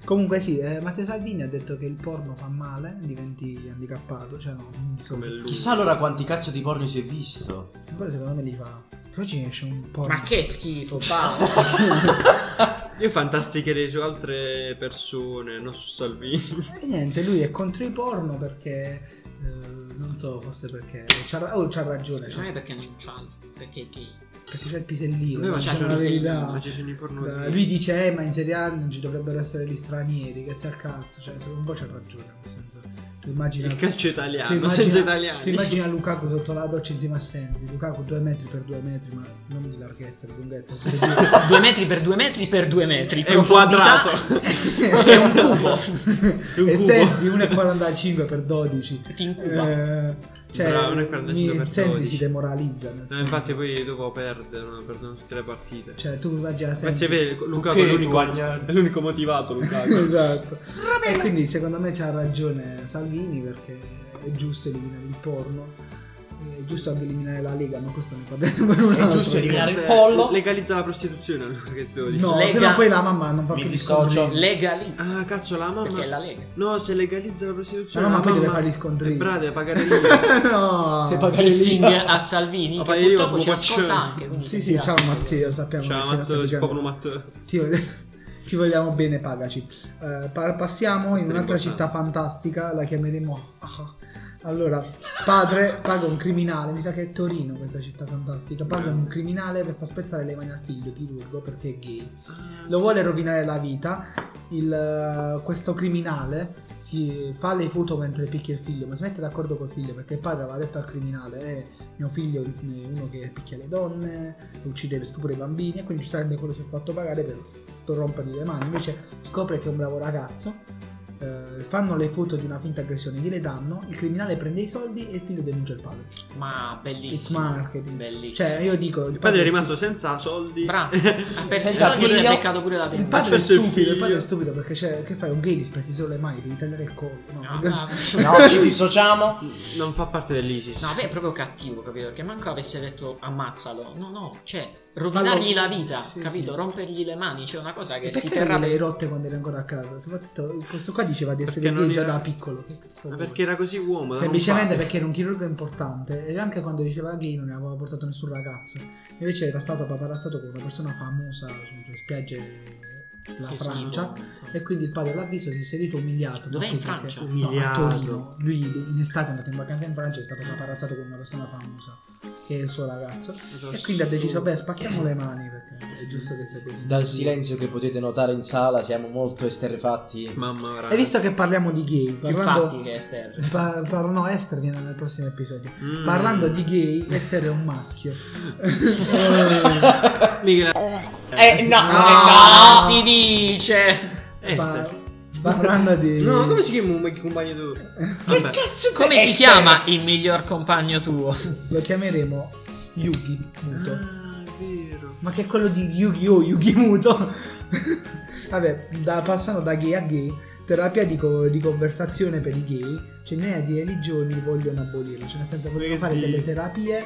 S2: Comunque sì, eh, Matteo Salvini ha detto che il porno fa male, diventi handicappato, cioè no, insomma,
S3: Come lui.
S4: Chissà allora quanti cazzo di porno si è visto.
S2: quello secondo me li fa. Poi ci esce un porno.
S1: Ma che schifo, pazzo.
S3: Io fantasticherei su altre persone, non su Salvini.
S2: E Eh, niente, lui è contro i porno perché, eh, non so, forse perché... C'ha, ra- oh, c'ha ragione,
S1: Non
S2: cioè,
S1: è perché non c'ha, perché è gay.
S2: perché c'è il pisellino,
S3: Vabbè, ma
S1: ci
S2: c'è
S1: sono
S2: la
S1: i-
S2: verità.
S3: Ma ci sono i porno.
S2: Da- lui dice, eh, ma in Serie A non ci dovrebbero essere gli stranieri, grazie al cazzo, cioè, secondo voi c'ha ragione, nel senso, tu immagini...
S3: Il calcio italiano,
S2: Tu eh, cioè, immagina-
S3: senza italiani.
S2: Tu immagina Lukaku sotto la doccia insieme a Sensi. Lukaku 2 metri per 2 metri, ma non di larghezza, di lunghezza. perché due-
S1: Due metri per due metri per due metri.
S3: È un
S1: profondità-
S3: quadrato.
S1: è un cubo.
S3: un
S2: e
S3: cubo.
S2: Sensi 1,45 per 12.
S1: Ti incuba.
S2: Eh, cioè,
S3: Bravo, 1,45 per
S2: Sensi
S3: 12.
S2: si demoralizza. nel
S3: No,
S2: senso.
S3: infatti poi dopo perdono, perdono tutte le partite.
S2: Cioè, tu immagina
S3: Grazie a
S2: Sensi.
S3: te, Lukaku
S4: Ok,
S3: è, l'unico,
S4: Guagnari.
S1: eh?
S3: è l'unico motivato, Lukaku.
S2: esatto. E quindi secondo me c'ha ragione Salvini perché è giusto eliminare il porno. È giusto anche eliminare la Lega, ma questo ne parliamo per un
S4: È
S2: altro.
S4: giusto eliminare il
S3: Vabbè,
S4: pollo.
S3: Legalizza la prostituzione, allora che devo dire.
S2: No,
S1: Lega-
S2: se no poi la mamma non fa
S4: Mi
S2: più
S4: dissocio.
S2: discorsi.
S1: Legalizza.
S3: Ah, cazzo, la mamma...
S1: Perché è la Lega.
S3: No, se legalizza la prostituzione...
S2: No, no, ma
S3: la
S2: poi deve
S3: mamma-
S2: fare gli scontrini.
S3: Eh, bravo, deve pagare io.
S2: no.
S4: E pagare
S1: Il
S4: lì.
S1: sing a Salvini,
S3: Ma
S1: che
S3: poi io
S1: purtroppo ci
S3: smuovo
S1: ascolta
S3: accione.
S1: anche. quindi
S2: Sì, sì, ciao Matteo, sappiamo che
S3: Ciao,
S2: sei
S3: Matteo,
S2: una
S3: povero
S2: stagione.
S3: Matteo.
S2: Ti, voglio- ti vogliamo bene, pagaci. Eh, pa- passiamo in
S3: Questo è
S2: un'altra
S3: importante.
S2: città fantastica, la chiameremo. ah. Allora, padre paga un criminale, mi sa che è Torino questa città fantastica. Paga un criminale per far spezzare le mani al figlio chirurgo perché è gay. Lo vuole rovinare la vita. Il, eh, questo criminale si fa le foto mentre picchia il figlio, ma si mette d'accordo col figlio perché il padre aveva detto al criminale: eh, mio figlio è uno che picchia le donne, uccide e stupra i bambini, e quindi giustamente quello si è fatto pagare per rompergli le mani, invece scopre che è un bravo ragazzo, eh, fanno le foto di una finta aggressione, gliele danno, il criminale prende i soldi e il figlio denuncia il padre.
S1: Ma
S2: It's
S1: bellissimo.
S2: marketing.
S1: Bellissimo.
S2: Cioè, eh, io dico...
S3: Il padre è rimasto senza soldi.
S1: Bravo. Ha perso i
S4: Senza
S1: soldi e si è
S4: figlio.
S1: beccato pure la
S2: Il
S1: penna.
S2: padre è
S3: Verso il
S2: stupido, il
S3: figlio.
S2: padre è stupido perché c'è, che fai? Un gay gli spezzi solo le mani, devi tagliare il collo. No,
S1: No,
S2: ragazzi.
S1: no.
S4: No, ci dissociamo.
S3: Non fa parte dell'ISIS.
S1: No, beh, è proprio cattivo, capito? Perché manco avesse detto ammazzalo. No, no, cioè, rovinargli
S2: Fallo-
S1: la vita,
S2: sì,
S1: capito?
S2: sì.
S1: Rompergli le mani, c'è una cosa che si
S2: perché
S1: terrà
S2: non le hai rotte quando eri ancora a casa? Soprattutto questo qua diceva di essere
S3: Perché non
S2: gay già
S3: era-
S2: da piccolo. Che cazzo
S3: Ma
S2: vuoi?
S3: perché era così uomo. da non
S2: Semplicemente
S3: fare.
S2: perché era un chirurgo importante e anche quando diceva gay non ne aveva portato nessun ragazzo. Invece era stato paparazzato con una persona famosa su- sulle spiagge della
S1: Che
S2: Francia.
S1: schifo.
S2: E quindi il padre l'ha visto, si è sentito umiliato.
S1: Dov'è
S2: ma
S1: in
S2: qui perché-
S1: Francia?
S3: Umiliato.
S2: No, a Torino. Lui in estate è andato in vacanza in Francia e è stato paparazzato con una persona famosa che è il suo ragazzo. E quindi ha deciso, beh, spacchiamo le mani perché è giusto che sia così.
S4: Dal silenzio che potete notare in sala siamo molto esterrefatti.
S3: Mamma raga.
S2: E visto che parliamo di gay,
S1: Più fatti
S2: parlando...
S1: che Esther.
S2: Pa- par- no, Esther viene nel prossimo episodio.
S3: Mm.
S2: Parlando di gay, Esther è un maschio.
S3: Michela.
S4: Eh no,
S1: Ah, si dice!
S2: Pa-
S3: Esther.
S2: parlando di...
S3: No, come si chiama un compagno tuo? Vabbè.
S4: cazzo
S1: Come si chiama il miglior compagno tuo?
S2: Lo chiameremo Yugi Muto.
S3: Ah, è vero.
S2: Ma che è quello di Yu-Gi-Oh! Yugi Muto. Vabbè, da- passando da gay a gay, terapia di, co- di conversazione per i gay, centinaia di religioni vogliono abolirlo. Cioè, nel senso, vogliono
S3: Vedi.
S2: fare delle terapie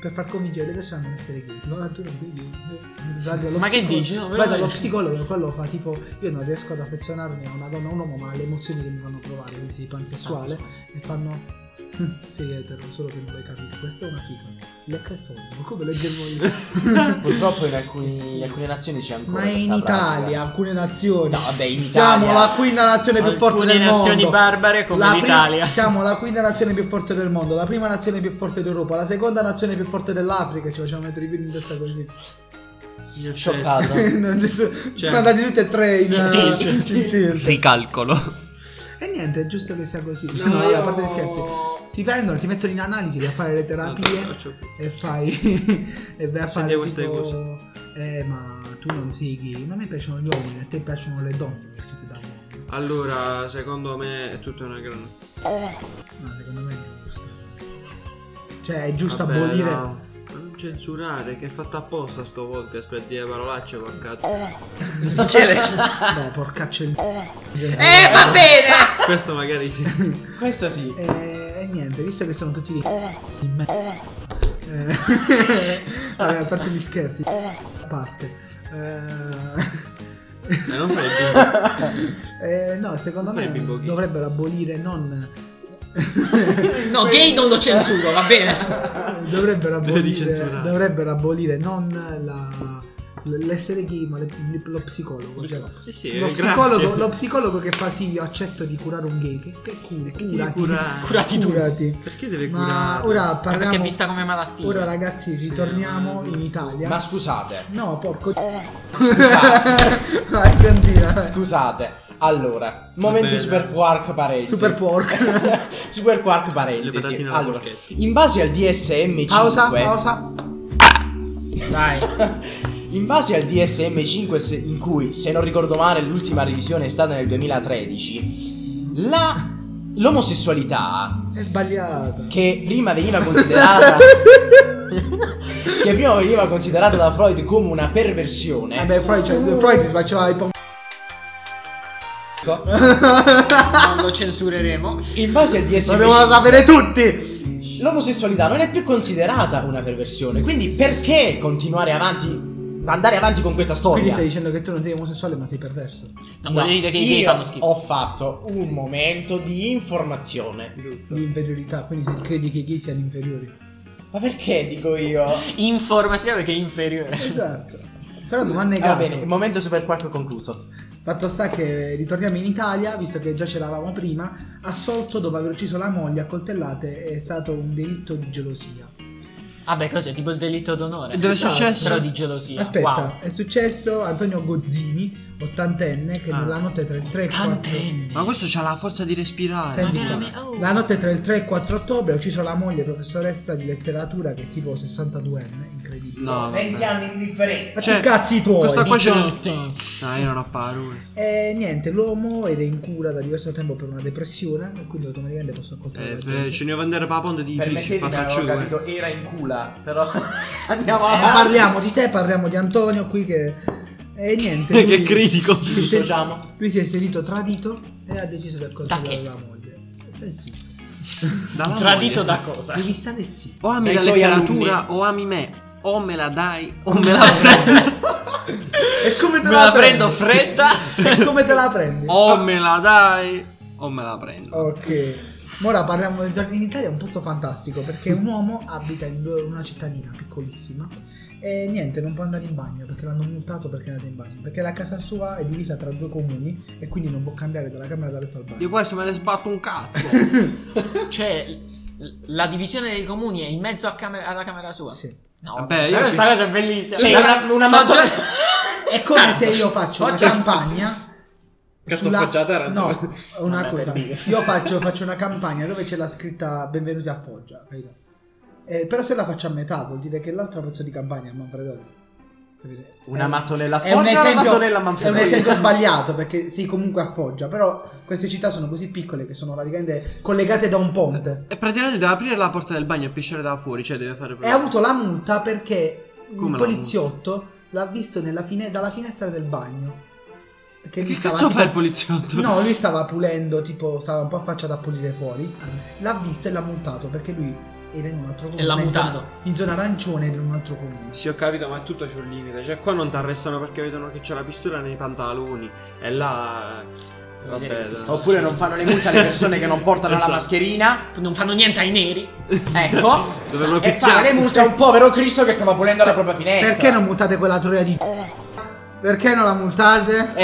S2: per far convincere le persone a non essere gay. No, tu non sei gay. eh. Vai dallo
S1: Ma che
S2: psicologo-
S1: dici? No,
S2: Vai
S1: veramente.
S2: dallo psicologo, quello fa tipo: Io non riesco ad affezionarmi a una donna o a un uomo, ma alle emozioni che mi fanno provare, quindi sei pansessuale e fanno "Hm, sei etero solo che non l'hai capito questa è una figa lecca il fondo come leggeremo io
S4: Purtroppo in, alcuni- in alcune nazioni c'è ancora
S2: ma è in
S4: questa pratica.
S2: Italia alcune nazioni
S4: No, vabbè, in
S2: siamo
S4: Italia.
S2: la quinta nazione più forte
S1: Alcune
S2: del
S1: nazioni
S2: mondo
S1: barbare come
S2: La prima-
S1: l'Italia.
S2: siamo la quinta nazione più forte del mondo la prima nazione più forte d'Europa la seconda nazione più forte dell'Africa ci facciamo mettere i piedi in testa così
S3: Mi ha
S4: Scioccato.
S2: Non ci sono sono andati tutti e tre in,
S1: In
S2: eh,
S1: tilt.
S2: in tilt.
S4: Ricalcolo.
S2: e niente è giusto che sia così
S3: scelto.
S2: no, no,
S3: io-
S2: a parte gli scherzi ti prendono ti mettono in analisi a fare le
S3: No,
S2: terapie
S3: no, faccio-
S2: e fai e vai a
S3: Se
S2: fare
S3: devo stare
S2: tipo eh ma tu non sei gay ma a me piacciono gli uomini a te piacciono le donne vestite da uomo
S3: Allora, secondo me è tutta una gran.
S2: no secondo me è giusto cioè è giusto
S3: Vabbè,
S2: abolire
S3: no. Ma Non censurare, che è fatto apposta sto podcast per dire parolacce, porca.
S2: beh porcaccio
S1: Eh,
S2: il
S1: Cioè, va bene!
S3: Questo magari sì. Eh,
S4: Questa sì.
S2: e, e Eh, niente visto che sono tutti di di me eh, vabbè, a parte gli scherzi a parte eh,
S3: Eh, non fai
S2: eh, no secondo
S3: Fai
S2: me
S3: il bimbo gay.
S2: dovrebbero abolire non
S1: No, gay non lo censuro, va bene.
S2: dovrebbero
S3: Devi
S2: abolire,
S3: censurare.
S2: dovrebbero abolire non la- l- l'essere gay ma le- lo psicologo cioè,
S3: Eh sì,
S2: lo,
S3: eh,
S2: psicologo
S3: grazie.
S2: lo psicologo che fa sì io accetto di curare un gay che, che cu-
S3: Perché devi
S2: curati
S3: curare?
S1: Curati tu.
S2: curati.
S3: Perché deve
S2: ma
S3: curare?
S2: ora
S1: Ma Perché è
S2: parliamo
S1: vista come malattia.
S2: ora ragazzi ritorniamo
S3: ma-
S2: in Italia
S4: Ma scusate.
S2: no porco
S4: Scusate.
S2: vai continua
S4: scusate. Allora, momento
S3: bene.
S4: super quark parenti.
S2: super porco
S4: super quark
S3: Le
S4: parenti.
S3: patatine alla
S4: Allora,
S3: porchetta.
S4: in base al DSM 5
S2: pausa pausa
S1: Dai.
S4: In base al DSM5, se- in cui, se non ricordo male, l'ultima revisione è stata nel 2013, la- l'omosessualità,
S2: è sbagliata
S4: che prima veniva considerata... che prima veniva considerata da Freud come una perversione,
S2: vabbè Freud, cioè, Freud si faceva i pom-
S4: ecco,
S1: Non lo censureremo.
S4: in base al DSM5...
S2: lo devono sapere tutti
S4: l'omosessualità non è più considerata una perversione, quindi perché continuare avanti, andare avanti con questa
S2: quindi
S4: storia?
S2: stai dicendo che tu non sei omosessuale ma sei perverso
S1: Non voglio dire che i gay
S4: io
S1: fanno schifo.
S4: ho fatto un momento di informazione.
S3: Giusto.
S2: l'inferiorità quindi se credi che i gay siano inferiori
S4: Ma perché dico io?
S1: Informazione che è inferiore.
S2: esatto però non ha
S4: Va
S2: negato
S4: bene, il momento super quark è concluso.
S2: fatto sta che ritorniamo in Italia visto che già c'eravamo prima assolto dopo aver ucciso la moglie a coltellate è stato un delitto di gelosia
S1: Vabbè, cos'è? Tipo il delitto d'onore.
S3: Dove è
S2: Esatto.
S3: successo?
S1: Però di gelosia.
S2: aspetta
S1: Wow.
S2: è successo a Antonio Gozzini ottantenne che
S3: Ah.
S2: nella notte tra il 3 e il 4
S1: Tantenne.
S3: Ma questo c'ha la forza di respirare.
S2: Senti
S1: Ma
S2: qua.
S1: veramente- oh.
S2: la notte tra il 3 e il 4 ottobre ha ucciso la moglie professoressa di letteratura che è tipo 62enne, incredibile. incredibile.
S3: No,
S4: 20
S3: vabbè.
S4: anni di differenza.
S2: Ma
S3: Cioè,
S2: che cazzi tuoi?
S3: Questa qua ce l'ho.
S1: Diciotto.
S3: No, io non ho Eh, parole.
S2: E niente, l'uomo era in cura da diverso tempo per una depressione e quindi automaticamente posso accoltare
S3: Eh,
S2: la gente.
S3: eh, ce ne devo andare per la ponte di Twitch.
S4: Permettetemi,
S3: Faccio
S4: avevo
S3: eh.
S4: capito, era in cula, però andiamo
S1: Eh,
S2: Ah, Ma
S4: avanti.
S2: parliamo di te, parliamo di Antonio qui che... E niente.
S3: Eh,
S2: lui-
S3: Che critico.
S2: lui
S4: Ci
S2: si è-
S4: dissociamo.
S2: Lui si è sentito tradito e ha deciso di accoltare
S1: diciamo. Da che?
S2: la moglie. Stai zitto.
S1: Ah,
S3: Dalla
S1: Tradito
S3: moglie.
S1: da cosa?
S2: Devi stare zitto.
S3: O ami
S4: Dai
S3: la
S4: suoi
S3: letteratura, o ami me. O me la dai, o
S1: Oh,
S3: me la prendo.
S2: E come te
S1: Me la prendo fredda.
S2: E come te la prendi?
S3: o me la dai, o me la prendo.
S2: Ok. Ma Ora parliamo del giardino. In Italia è un posto fantastico perché un uomo abita in due- una cittadina piccolissima e niente, non può andare in bagno perché l'hanno multato perché è andato in bagno. Perché la casa sua è divisa tra due comuni e quindi non può cambiare dalla camera da letto al
S3: Di
S2: bagno.
S3: questo me ne sbatto un cazzo.
S1: Cioè, l- la divisione dei comuni è in mezzo a camera- alla camera sua.
S2: Sì.
S1: No,
S3: Vabbè, io
S1: però
S3: ci-
S1: questa cosa è bellissima.
S4: Cioè,
S1: Cioè,
S4: una, una
S1: faccio-
S4: mattone-
S2: È come se io
S1: Faccio-
S2: faccio una campagna.
S3: Cazzo, faccio a Taranto.
S2: No, una
S1: Vabbè,
S2: cosa.
S1: per dire.
S2: Io faccio, faccio una campagna dove c'è la scritta Benvenuti a Foggia. capito? Eh, però se la faccio a metà vuol dire che l'altra pezzo di campagna è Manfredonia. capite?
S4: Una
S2: Eh,
S4: mattonella
S2: è un
S4: forte, una
S2: esempio,
S4: mattonella
S2: è un
S4: manfredonia.
S2: esempio sbagliato perché sei comunque a Foggia, però queste città sono così piccole che sono praticamente collegate da un ponte.
S3: E praticamente deve aprire la porta del bagno e pisciare da fuori, cioè deve fare
S2: E ha avuto la multa perché
S3: Come
S2: il
S3: la
S2: poliziotto l'ha visto nella fine- dalla finestra del bagno. Perché lui
S3: Che
S2: stava
S3: cazzo
S2: tipo-
S3: fa il poliziotto?
S2: No, lui stava pulendo, tipo stava un po' affacciato a pulire fuori.
S3: Ah,
S2: L'ha visto e l'ha multato perché lui era in un altro comune.
S1: l'ha
S2: in zona-
S1: mutato.
S2: In zona arancione era in un altro comune.
S3: Sì, ho capito, ma tutto c'è un limite. Cioè, qua non ti arrestano perché vedono che c'è la pistola nei pantaloni. E là. eh,
S1: Vuol dire
S3: Vabbè,
S1: che
S3: dai.
S1: pistola.
S4: Oppure non fanno le multe alle persone che non portano
S3: Esatto.
S4: la mascherina.
S1: Non fanno niente ai neri.
S4: Ecco.
S3: Dovevano
S4: e
S3: picchiare.
S4: fare le multe a un povero Cristo che stava pulendo la propria finestra.
S2: Perché non multate quella troia di. Perché non la multate?
S4: Ecco,
S2: Ah,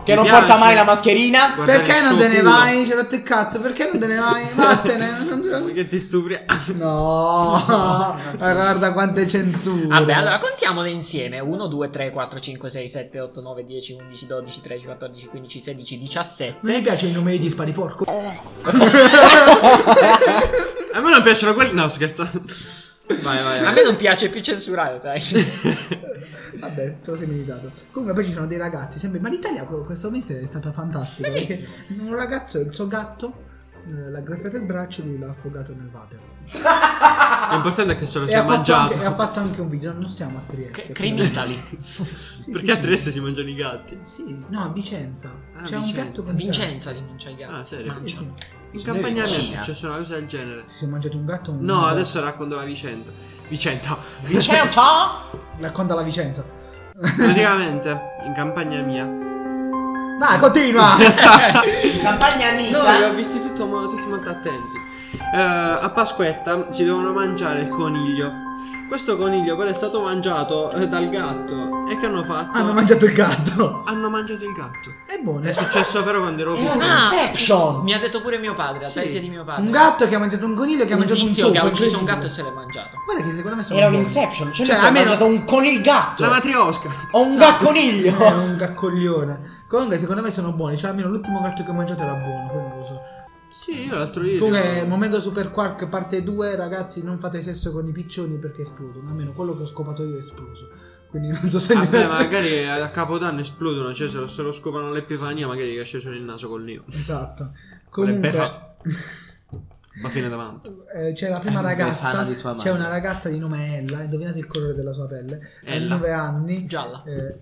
S3: Eh,
S4: che
S3: mi
S4: non
S3: piace.
S4: porta mai la mascherina.
S3: Guarda
S2: Perché
S3: il
S2: non
S3: suo
S2: te ne
S3: culo.
S2: vai? C'è rotto il cazzo, perché non te ne vai? Vattene.
S3: Ma
S2: non-
S3: Che ti stupri.
S2: No, ma guarda quante censure.
S1: Vabbè, allora contiamole insieme. 1, 2, 3, 4, 5, 6, 7, 8, 9, 10, 11, 12, 13, 14, 15, 16, 17.
S2: Non mi piace i numeri dispari, porco.
S3: A me non piacciono quelli. No, scherzo. Vai, vai.
S1: A
S3: vai.
S1: me non piace più censurare, sai.
S2: Vabbè, te lo sei meritato. Comunque poi ci sono dei ragazzi, sempre... ma l'Italia que- questo mese è stata fantastica. Perché un ragazzo, il suo gatto, eh, l'ha graffiato il braccio e lui l'ha affogato nel water.
S3: L'importante è che se lo
S2: E ha,
S3: sia
S2: fatto
S3: mangiato.
S2: anche, e ha fatto anche un video, non stiamo a Trieste.
S1: C- Cream Italy.
S2: Sì,
S3: Perché
S2: sì,
S3: a
S2: sì.
S3: Trieste si mangiano i gatti?
S2: Sì, no, a Vicenza.
S3: Ah,
S2: C'è un
S3: Vicenza.
S2: piatto con
S1: Vincenza si mangia i
S3: Ah,
S1: gatti.
S3: serio?
S2: Sì, sì.
S3: In
S4: Noi
S3: campagna mia è
S4: vicina.
S3: successa una cosa del genere.
S2: Si è mangiato un gatto. Un
S3: No, adesso racconto la vicenda. Vicenda.
S4: Vicento?
S2: Racconta la Vicenza.
S3: Praticamente, in campagna mia.
S2: Dai, continua! Ah,
S4: Campagna
S3: No,
S4: Nida.
S3: li ho visti tutto mo- tutti molto attenti. Eh, a Pasquetta si devono mangiare il coniglio. Questo coniglio però è stato mangiato eh, dal gatto. E che hanno fatto?
S2: Hanno mangiato il gatto.
S3: Hanno mangiato il gatto.
S2: È buono.
S3: È successo però quando ero
S4: È
S3: piccolo.
S1: Ah.
S4: un'inception.
S1: Mi ha detto pure mio padre, la
S3: Sì.
S1: tesi di mio padre.
S2: Un gatto che ha mangiato un coniglio che ha
S1: un
S2: mangiato un
S1: tizio
S2: topo.
S1: che ha ucciso un
S2: incredibile.
S1: gatto e se l'è mangiato.
S2: Guarda che secondo me sono
S4: Era un
S2: buoni.
S4: inception. Cioè,
S2: Cioè,
S4: cioè si è
S2: almeno-
S4: mangiato un con il gatto.
S3: La matriosca.
S2: Oh.
S4: O un gatto coniglio.
S2: È un gaccoglione. Comunque, secondo me sono buoni. Cioè, almeno l'ultimo gatto che ho mangiato era buono. Poi non lo so.
S3: Sì, io l'altro ieri.
S2: Comunque, momento Super Quark parte 2. Ragazzi, non fate sesso con i piccioni perché esplodono. Almeno quello che ho scopato io è esploso. Quindi non so se
S3: Vabbè,
S2: ne
S3: magari a Capodanno esplodono, cioè se lo, se lo scopano all'Epifania magari gli è sceso nel naso col neo.
S2: Esatto.
S3: Vorrebbe
S2: Comunque.
S3: Ma fine davanti.
S2: eh, C'è la prima
S4: È
S2: ragazza,
S4: befana di tua madre.
S2: c'è una ragazza di nome Ella, indovinate il colore della sua pelle,
S3: Ella.
S2: a 9 anni,
S1: Gialla.
S2: eh,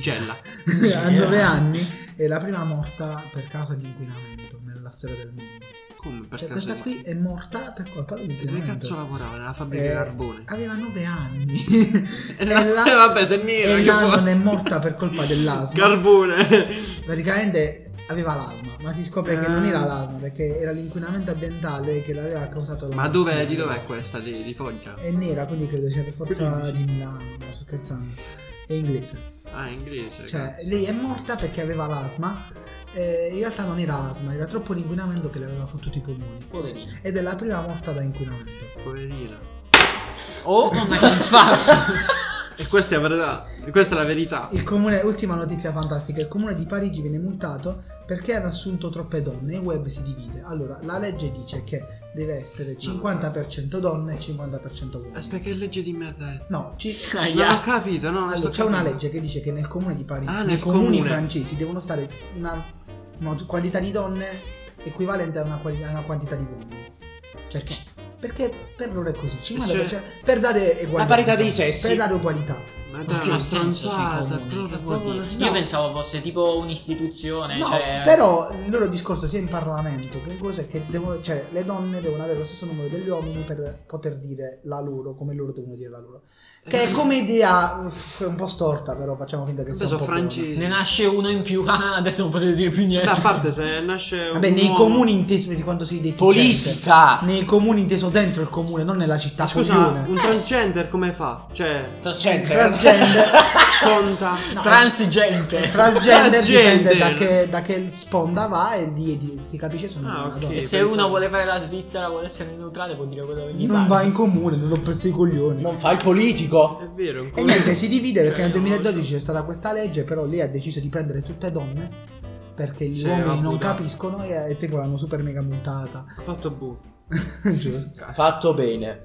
S3: Gella.
S2: a
S3: Eh,
S2: 9 anni è la prima morta per causa di inquinamento nella storia del mondo.
S3: Come per
S2: Cioè,
S3: caso.
S2: questa qui è morta per colpa
S3: Dove cazzo
S2: dell'inquinamento.
S3: lavorava? Nella fabbrica di
S2: Eh,
S3: carbone.
S2: aveva 9 anni.
S3: E
S2: e la,
S3: la- Eh, vabbè, se nera,
S2: e
S3: che
S2: la
S3: può-
S2: non è morta per colpa dell'asma.
S3: Carbone.
S2: Praticamente aveva l'asma, ma si scopre che
S3: Ah.
S2: non era l'asma perché era l'inquinamento ambientale che l'aveva causato la
S3: Ma
S2: malattia.
S3: dov'è, di dov'è questa di, di Foggia?
S2: È nera, quindi credo sia per forza
S3: Quindi-
S2: di Milano, sto scherzando. È inglese.
S3: Ah, inglese.
S2: Cioè,
S3: cazzo.
S2: lei è morta perché aveva l'asma. eh, in realtà non era asma, era troppo l'inquinamento che le aveva fottuto i polmoni.
S1: Poverina.
S2: Ed è la prima morta da inquinamento.
S3: Poverina.
S1: Oh, donna che infarto.
S3: E questa è la verità. E Questa è la verità.
S2: Il comune, ultima notizia fantastica, il comune di Parigi viene multato perché hanno assunto troppe donne e il web si divide. Allora, la legge dice che deve essere 50% donne e 50% uomini.
S3: Aspetta, che legge di merda è?
S2: No, ci-
S3: Non ho
S1: Aia.
S3: capito, no, non
S2: allora,
S3: sto
S2: c'è una
S3: capendo.
S2: legge che dice che nel comune di Parigi,
S3: Ah,
S2: nei
S3: nel
S2: comuni
S3: comune.
S2: francesi devono stare una, una quantità di donne equivalente a una, quali- a una quantità di uomini. Perché? Perché per loro è così, 50%,
S3: Cioè-
S2: per dare
S4: La
S2: eguaglianza,
S4: parità dei sessi.
S2: per dare ugualità.
S3: Ma
S1: Ma
S3: dai,
S1: che
S3: una
S1: senso Cioè, sui
S3: stronzata,
S1: comuni? Che vuol
S3: proprio, proprio
S1: dire?
S3: una
S1: Io
S3: stronzata.
S1: pensavo fosse tipo
S3: Eh,
S1: un'istituzione.
S2: No,
S1: cioè...
S2: però il loro discorso sia in Parlamento che in cose è che devono, cioè, le donne devono avere lo stesso numero degli uomini per poter dire la loro come loro devono dire la loro. Che è come idea uff, è un po' storta, però facciamo finta che sia
S3: Eh. Vabbè,
S2: un
S3: sono
S2: po' buona.
S1: Ne
S3: francesi.
S1: nasce uno in più. Ah, adesso non potete dire più niente.
S3: Beh, a parte se nasce un
S2: Vabbè, nei
S3: uomo-
S2: comuni inteso di quanto sei deficiente.
S4: Politica.
S2: Nei comuni inteso dentro il comune, non nella città.
S3: Scusa,
S2: coglione.
S3: un transgender come fa? Cioè,
S4: Trascendere.
S2: Transgender.
S3: conta.
S2: Eh, No,
S1: Transigente.
S2: il transgender
S3: Transgender.
S2: dipende da che, da che sponda va e lì lì si capisce sono
S3: Ah,
S2: una
S3: ok.
S1: E
S2: donna.
S1: se
S3: pensavo-
S1: uno vuole fare la Svizzera, vuole essere neutrale, può dire quello che gli
S2: Non va
S1: pare.
S2: in comune, non l'ho preso i coglioni.
S4: Non fa il politico.
S3: È vero. un
S2: E
S3: coglione.
S2: niente, si divide perché nel
S3: Cioè, non lo so.
S2: 2012 c'è stata questa legge, però lei ha deciso di prendere tutte donne perché gli
S3: Sì,
S2: uomini non
S3: vabbè.
S2: capiscono e, e tipo l'hanno super mega mutata.
S3: Ha fatto bu.
S2: Giusto.
S4: Fatto bene.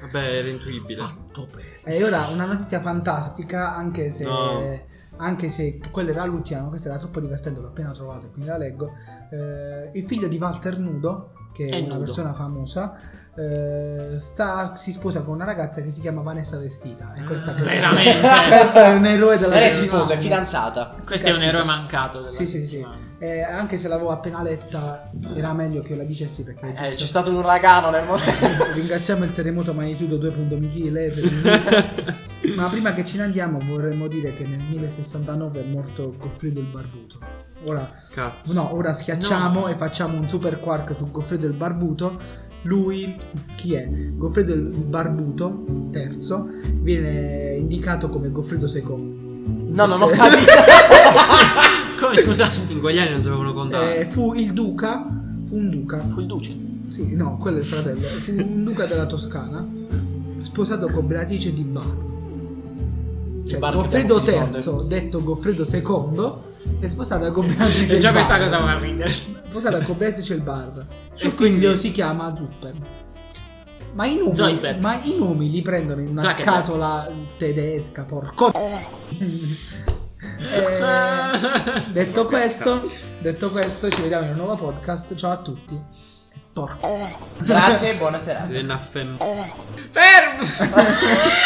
S3: Vabbè, era intuibile.
S1: Fatto bene.
S2: E ora una notizia fantastica, anche se,
S3: No.
S2: anche se quella era l'ultima, questa era troppo divertente, l'ho appena trovata, quindi la leggo. Eh, il figlio di Walter Nudo, che è,
S1: È
S2: una
S1: nudo.
S2: persona famosa, eh, sta- si sposa con una ragazza che si chiama Vanessa Vestita. E questa
S3: Ah,
S2: credo-
S1: Veramente.
S2: Questo è un eroe della
S4: Lei si
S2: settimana.
S4: sposa, è fidanzata.
S1: Questo è un
S2: Cazzo.
S1: eroe mancato. della
S2: Sì, sì, sì.
S1: settimana.
S2: Eh, anche se l'avevo appena letta, era meglio che io la dicessi perché
S4: Eh,
S2: giusto-
S4: c'è stato un uragano nel mondo.
S2: ringraziamo il terremoto magnitudo 2.000 Michele. per il- Ma prima che ce ne andiamo, vorremmo dire che nel 1069 è morto Goffredo il Barbuto. Ora,
S3: Cazzo.
S2: no, ora schiacciamo e facciamo un super quark su Goffredo il Barbuto. Lui, chi è? Goffredo il Barbuto, terzo, viene indicato come Goffredo secondo.
S4: No, non ho
S2: Sì.
S4: capito.
S1: Come scusate?
S3: I guagliani non sapevano contare.
S2: Eh, fu il duca, fu un duca,
S1: Fu il duce.
S2: Sì, no, quello è il fratello. Fu un duca della Toscana, sposato con Beatrice di Bar. Cioè,
S4: Bar che
S2: Goffredo
S4: abbiamo
S2: III, detto Goffredo II, è sposata con Beatrice
S1: E già
S2: il
S1: questa
S2: Bar.
S1: cosa fa ridere.
S2: Sposata con Beatrice il Bar. Suo
S3: E
S2: figlio
S3: quindi-
S2: si chiama Zuppen. Ma i, nomi,
S1: Zoidberg.
S2: ma i nomi li prendono in una
S1: Zuckerberg.
S2: scatola tedesca, porco. Eh, detto, questo, detto questo, ci vediamo in un nuovo podcast. Ciao a tutti. Porco.
S4: Grazie e buona serata.
S3: Dell'affem-
S1: Fermo!